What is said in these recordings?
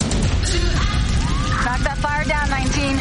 Knock that fire down, 19.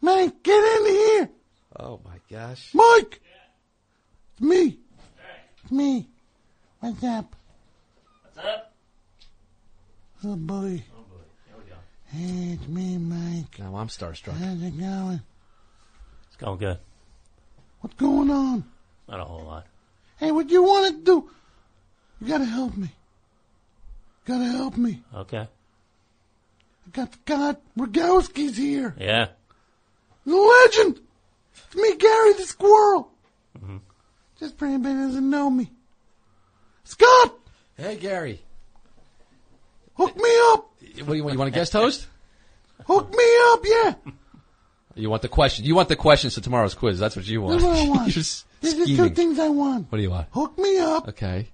Man, get in here! Oh my gosh. Mike! It's me. It's me. What's up? What's up? Oh boy. Hey, it's me, Mike. Now I'm starstruck. How's it going? It's going good. What's going on? Not a whole lot. Hey, what you want to do? You gotta help me. gotta help me. Okay. I got the god Rogowski's here. Yeah. The legend! It's me, Gary the Squirrel. Mm-hmm. Just for anybody who doesn't know me. Scott! Hey Gary, Hook me up! what do you want? You want a guest host? Hook me up, yeah! You want the question? You want the questions to tomorrow's quiz? That's what you want. That's what I want. You're s- These are two scheming. things I want. What do you want? Hook me up Okay.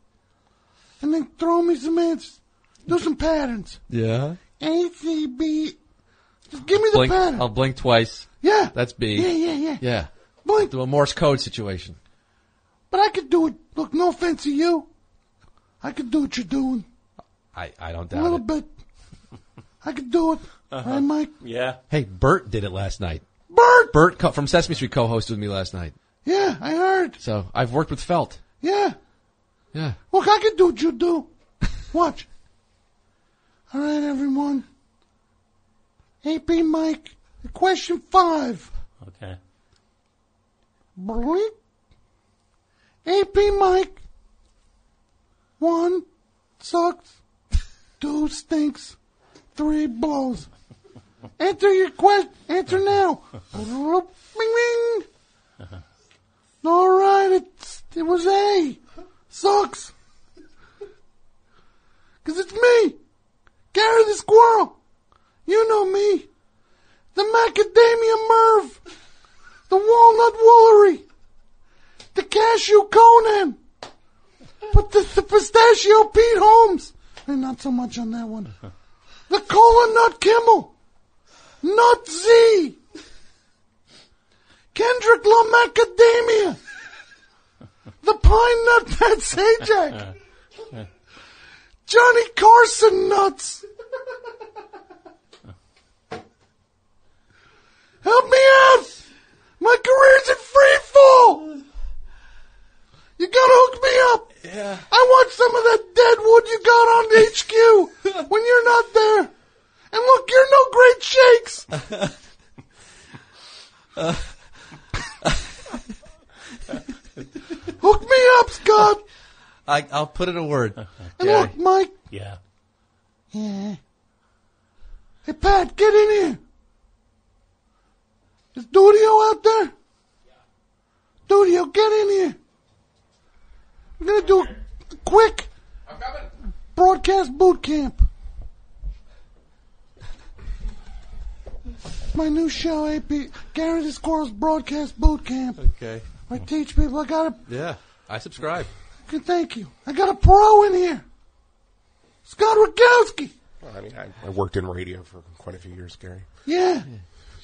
and then throw me some answers. Do some patterns. Yeah. A, C, B. Just give me the Blink. pattern. I'll blink twice. yeah. That's B. Yeah, yeah, yeah. Yeah. Blink. Do a Morse code situation. But I could do it. Look, no offense to you. I could do what you're doing. I, I don't A little doubt it. Uh-huh. bit. I could do it. Right, Mike? Yeah. Hey, Bert did it last night. Bert! Bert co- from Sesame Street co-hosted with me last night. Yeah, I heard. So I've worked with Felt. Yeah. Yeah. Look, I can do what you do. Watch. All right, everyone. AP Mike, question five. Okay. Blink. AP Mike. One sucks. Two stinks. Three blows. Enter your question. Answer now. Bloop, Bing, bing. All right, it's, it was A. Sucks. Cause it's me, Gary the Squirrel. You know me. The Macadamia Merv. The Walnut Woolery. The Cashew Conan. But the, the Pistachio Pete Holmes. Eh, not so much on that one. The Cola Nut Kimmel. Nut Z. Kendrick La Macadamia. The Pine Nut Pat Sajak. Johnny Carson Nuts. Help me out! My career's in free fall! You gotta hook me up! Yeah. I want some of that dead wood you got on HQ when you're not there! And look, you're no great shakes! hook me up, Scott! I, I'll put in a word. And look, Mike. Yeah. Yeah. Hey, Pat, get in here. Is Dudio out there? Yeah. Dudio, get in here. We're gonna do a quick broadcast boot camp. It's my new show, AP Gary the Squirrel's Broadcast Boot Camp. Okay. I teach people. I got a Yeah. I subscribe. good- thank you. I got a pro in here. Scott Rogowski. Well, I mean, I, I worked in radio for quite a few years, Gary. Yeah.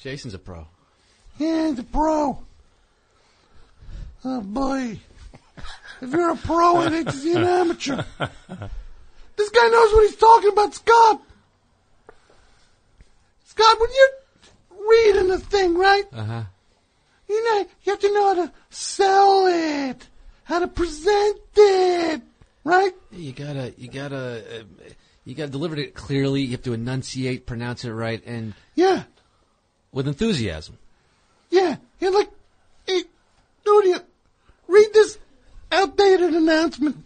Jason's a pro. Yeah, the pro. Oh boy. If you're a pro, it ain't to see an amateur. This guy knows what he's talking about, Scott. Scott, when you're reading a thing, right? Uh-huh. You know, you have to know how to sell it, how to present it, right? You gotta, you gotta, uh, you gotta deliver it clearly. You have to enunciate, pronounce it right, and Yeah. with enthusiasm. Yeah, you're like, hey, Nudia, read this outdated announcement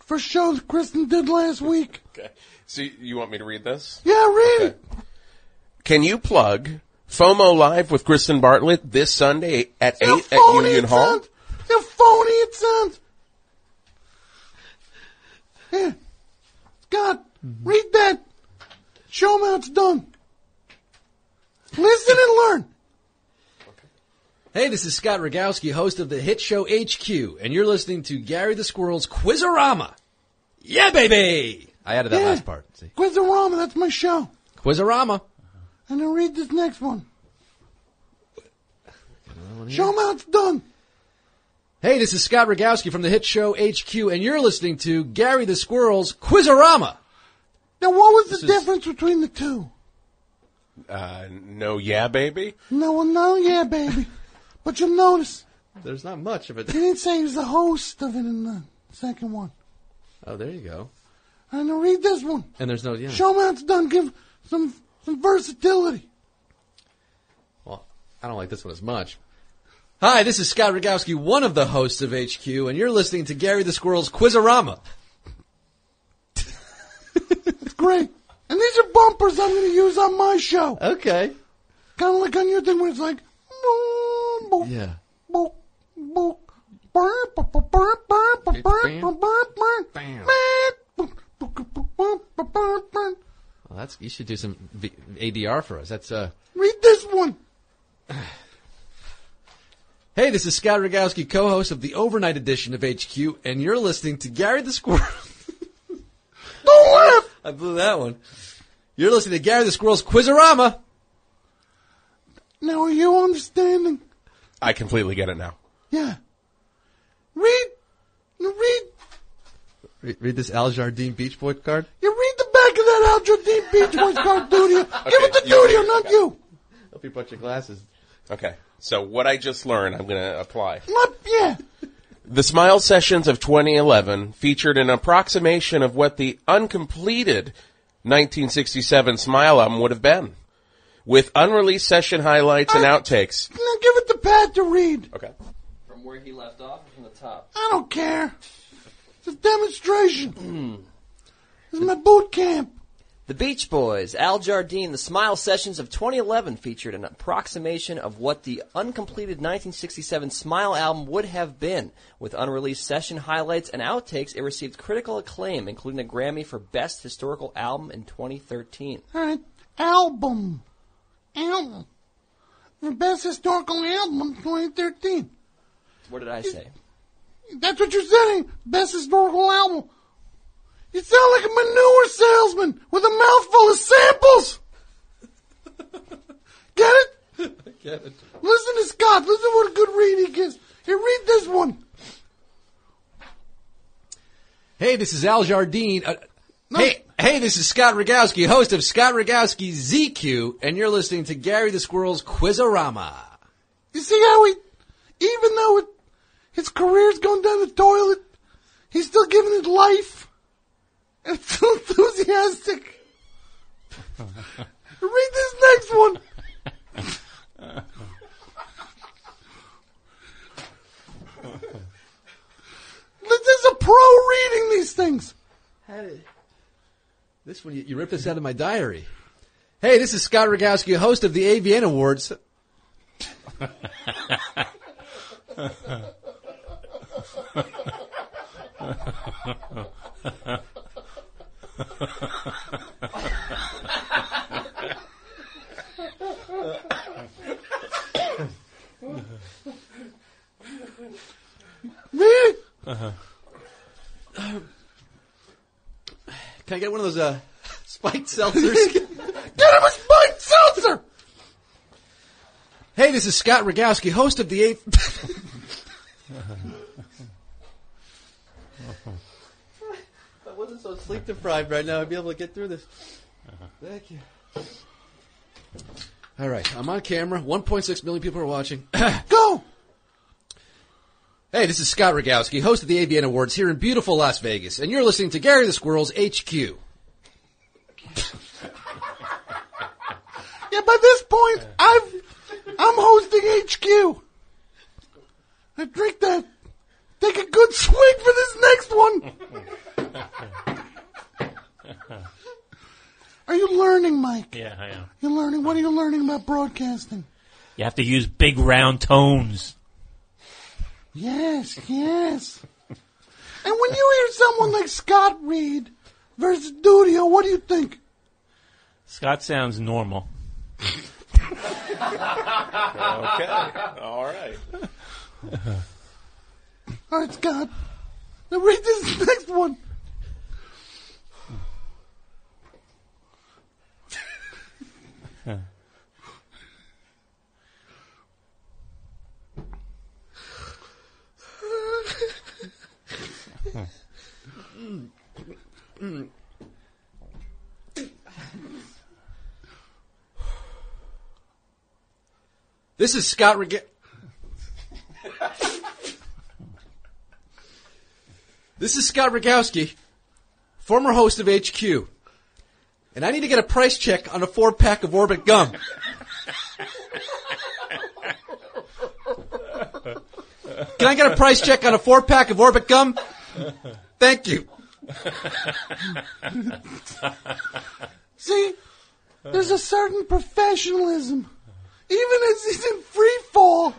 for shows Kristen did last week. Okay. So you- you want me to read this? Yeah, read it. Can you plug FOMO Live with Kristen Bartlett this Sunday at 8 How at phony Union it Hall? sounds. How phony it sounds. Yeah. Scott, Mm-hmm. read that. Show 'em how it's done. Listen and learn. Hey, this is Scott Rogowski, host of the hit show HQ, and you're listening to Gary the Squirrel's Quizorama. Yeah, baby! I added that Yeah. last part. See? Quizorama, that's my show. Quizorama. And then read this next one. Show 'em how it's done. Hey, this is Scott Rogowski from the hit show HQ, and you're listening to Gary the Squirrel's Quizorama. Now, what was the difference between the two? Uh, no, yeah, baby. No, well, no, yeah, baby. but you'll notice, There's not much of it. he didn't say he was the host of it in the second one. Oh, there you go. And then read this one. And there's no, yeah. Show 'em how it's done. Give some some versatility. Well, I don't like this one as much. Hi, this is Scott Rogowski, one of the hosts of HQ, and you're listening to Gary the Squirrel's Quizorama. It's great. And these are bumpers I'm going to use on my show. Okay. kind of like on your thing where it's like, boop, boop, Yeah. boop, boop, burp, burp, burp, burp, burp, burp, burp, burp, burp, Bam. burp, boop, boop, boop, boop, boop, burp, burp. Well, that's you should do some v- ADR for us. That's uh. Read this one. Hey, this is Scott Rogowski, co-host of the overnight edition of HQ, and you're listening to Gary the Squirrel. Don't laugh. I blew that one. You're listening to Gary the Squirrel's Quizorama. Now are you understanding? I completely get it now. Yeah. Read, you read, Read, read this Al Jardine Beach Boy card. you read the back of that Al Jardine Beach Boys card, Dudio. Give it to you- Dudio, not you. Hope you brought your glasses. Okay. So what I just learned, I'm going to apply. Not, yeah. The Smile Sessions of 2011 featured an approximation of what the uncompleted 1967 Smile album would have been, with unreleased session highlights and outtakes. Now give it to Pat to read. Okay. From where he left off or from the top? I don't care. It's a demonstration. This is my boot camp. The Beach Boys, Al Jardine, the Smile Sessions of 2011 featured an approximation of what the uncompleted 1967 Smile album would have been. With unreleased session highlights and outtakes, it received critical acclaim, including a Grammy for Best Historical Album in 2013. All right, album, album, the best historical album of 2013. What did I say? That's what you're saying. Best historical album. You sound like a manure salesman with a mouthful of samples. Get it? Get it. Listen to Scott. Listen to what a good read he gives. Here, read this one. Hey, this is Al Jardine. Uh, Hey, hey, this is Scott Rogowski, host of Scott Rogowski ZQ, and you're listening to Gary the Squirrel's Quizorama. You see how he, even though it, his career's gone down the toilet, he's still giving it life. And it's so enthusiastic. Read this next one. this is a pro reading these things. This one, you, you ripped this out of my diary. Hey, this is Scott Rogowski, host of the AVN Awards. Read it. Can I get one of those uh, spiked seltzers? Get him a spiked seltzer. hey, this is Scott Rogowski, host of the eighth. I wasn't so sleep deprived right now, I'd be able to get through this. Thank you. All right, I'm on camera. 1.6 million people are watching. Go. Hey, this is Scott Rogowski, host of the ABN Awards here in beautiful Las Vegas, and you're listening to Gary the Squirrel's HQ. Yeah, by this point, I've I'm hosting HQ. I drink that. Take a good swig for this next one. Are you learning, Mike? Yeah, I know. You're learning. What are you learning about broadcasting? You have to use big round tones. Yes, yes. And when you hear someone like Scott Reed versus Dudio, what do you think? Scott sounds normal. Okay. All right. All right, Scott. Now read this next one. This is Scott Rega- This is Scott Rogowski, former host of HQ. And I need to get a price check on a four pack of Orbit gum. Can I get a price check on a four pack of Orbit gum? Thank you. See, there's a certain professionalism. Even as he's in free fall,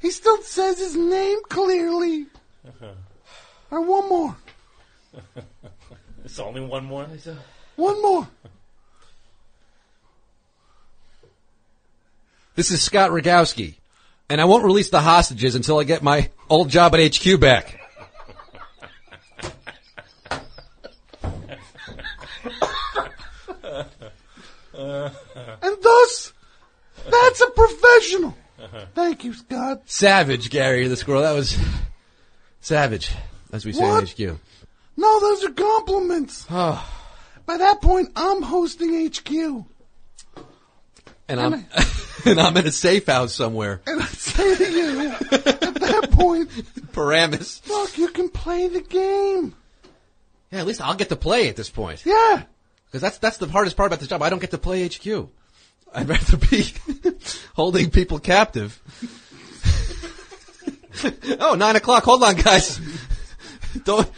he still says his name clearly. All right, one more. It's only one more. One more. This is Scott Rogowski, and I won't release the hostages until I get my old job at HQ back. And thus, that's a professional. Thank you, Scott. Savage, Gary the squirrel. That was savage, as we say What? in HQ. No, those are compliments. Ah. By that point, I'm hosting HQ. And I'm and I'm in a safe house somewhere. And I say to you, at that point, Paramus. look, you can play the game. Yeah, at least I'll get to play at this point. Yeah. Because that's that's the hardest part about this job. I don't get to play HQ. I'd rather be holding people captive. oh, nine o'clock. Hold on, guys. Don't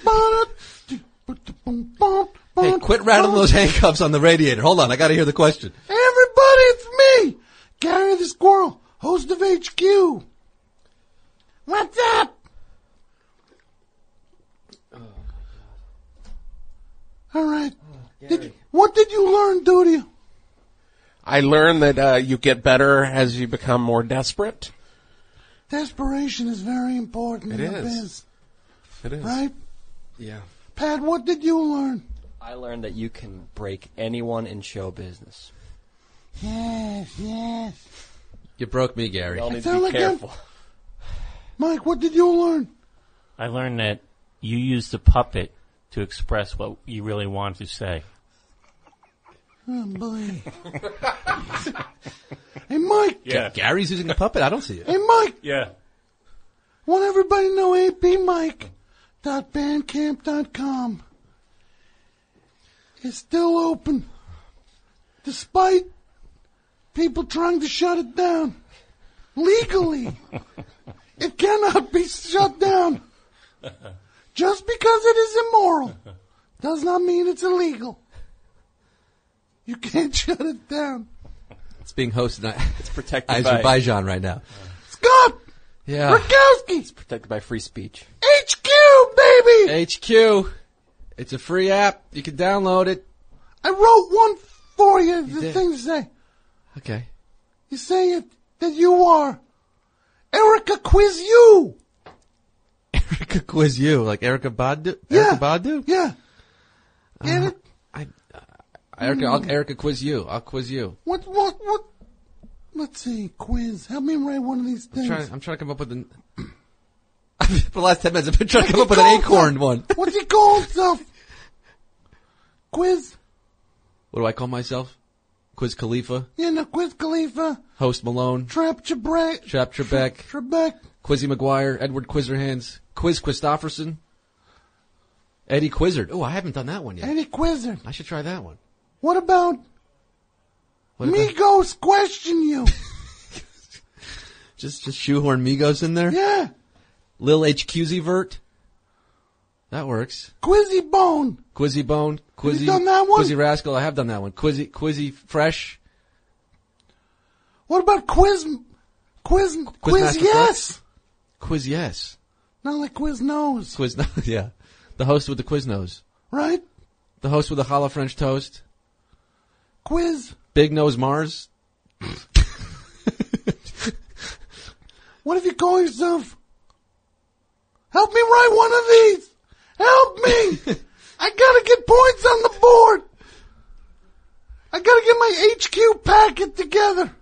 hey, quit rattling those handcuffs on the radiator. Hold on, I got to hear the question. Everybody, it's me, Gary the Squirrel, host of HQ. What's up? All right. Did, what did you learn, Duty? I learned that uh, you get better as you become more desperate. Desperation is very important It in the is. biz, It is. right? Yeah. Pat, what did you learn? I learned that you can break anyone in show business. Yes, yes. You broke me, Gary. We all need sound to be like him. careful. Mike, what did you learn? I learned that you use the puppet to express what you really want to say. Oh, boy. hey, Mike. Yeah. Gary's using a puppet. I don't see it. Hey, Mike. Yeah. Want everybody to know apmike.bandcamp.com is still open despite people trying to shut it down. Legally, it cannot be shut down. Just because it is immoral does not mean it's illegal. You can't shut it down. It's being hosted in It's protected by Azerbaijan right now. Scott Yeah. Rakowski, protected by free speech. HQ, baby! HQ. It's a free app. You can download it. I wrote one for you. the did. thing to say. Okay. You say it that you are Erica Quiz you. Erica quiz you, like Erica Badu. Yeah. Erica Badu. Yeah. Get Uh-huh. it? I, I- Erica, I'll, Erica quiz you. I'll quiz you. What? What? What? Let's see. Quiz. Help me write one of these I'm things. trying, I'm trying to come up with an. For the last ten minutes, I've been trying to come up with Call an himself- acorn one. What's he call himself? Quiz. What do I call myself? Quiz Khalifa, You know, Quiz Khalifa, Host Malone, Trap Trebek, Chap Trebek, Trebek, Quizzy McGuire, Edward Quizerhands, Quiz Christofferson, Eddie Quizzard. Oh, I haven't done that one yet. Eddie Quizzer. I should try that one. What about What about- Migos question you? Just just shoehorn Migos in there. Yeah. Lil HQZvert. That works. Quizzy Bone. Quizzy Bone. Quizzy. done that one? Quizzy Rascal. I have done that one. Quizzy Quizzy Fresh. What about Quiz? Quiz? Quiz? Quizmaster Yes. Quiz yes. Not like Quiz Knows. Quiz no. Yeah. The host with the quiz nose. Right? The host with the hollow French toast. Quiz. Big nose Mars. What if you call yourself? Help me write one of these. Help me. I gotta get points on the board. I gotta get my HQ packet together.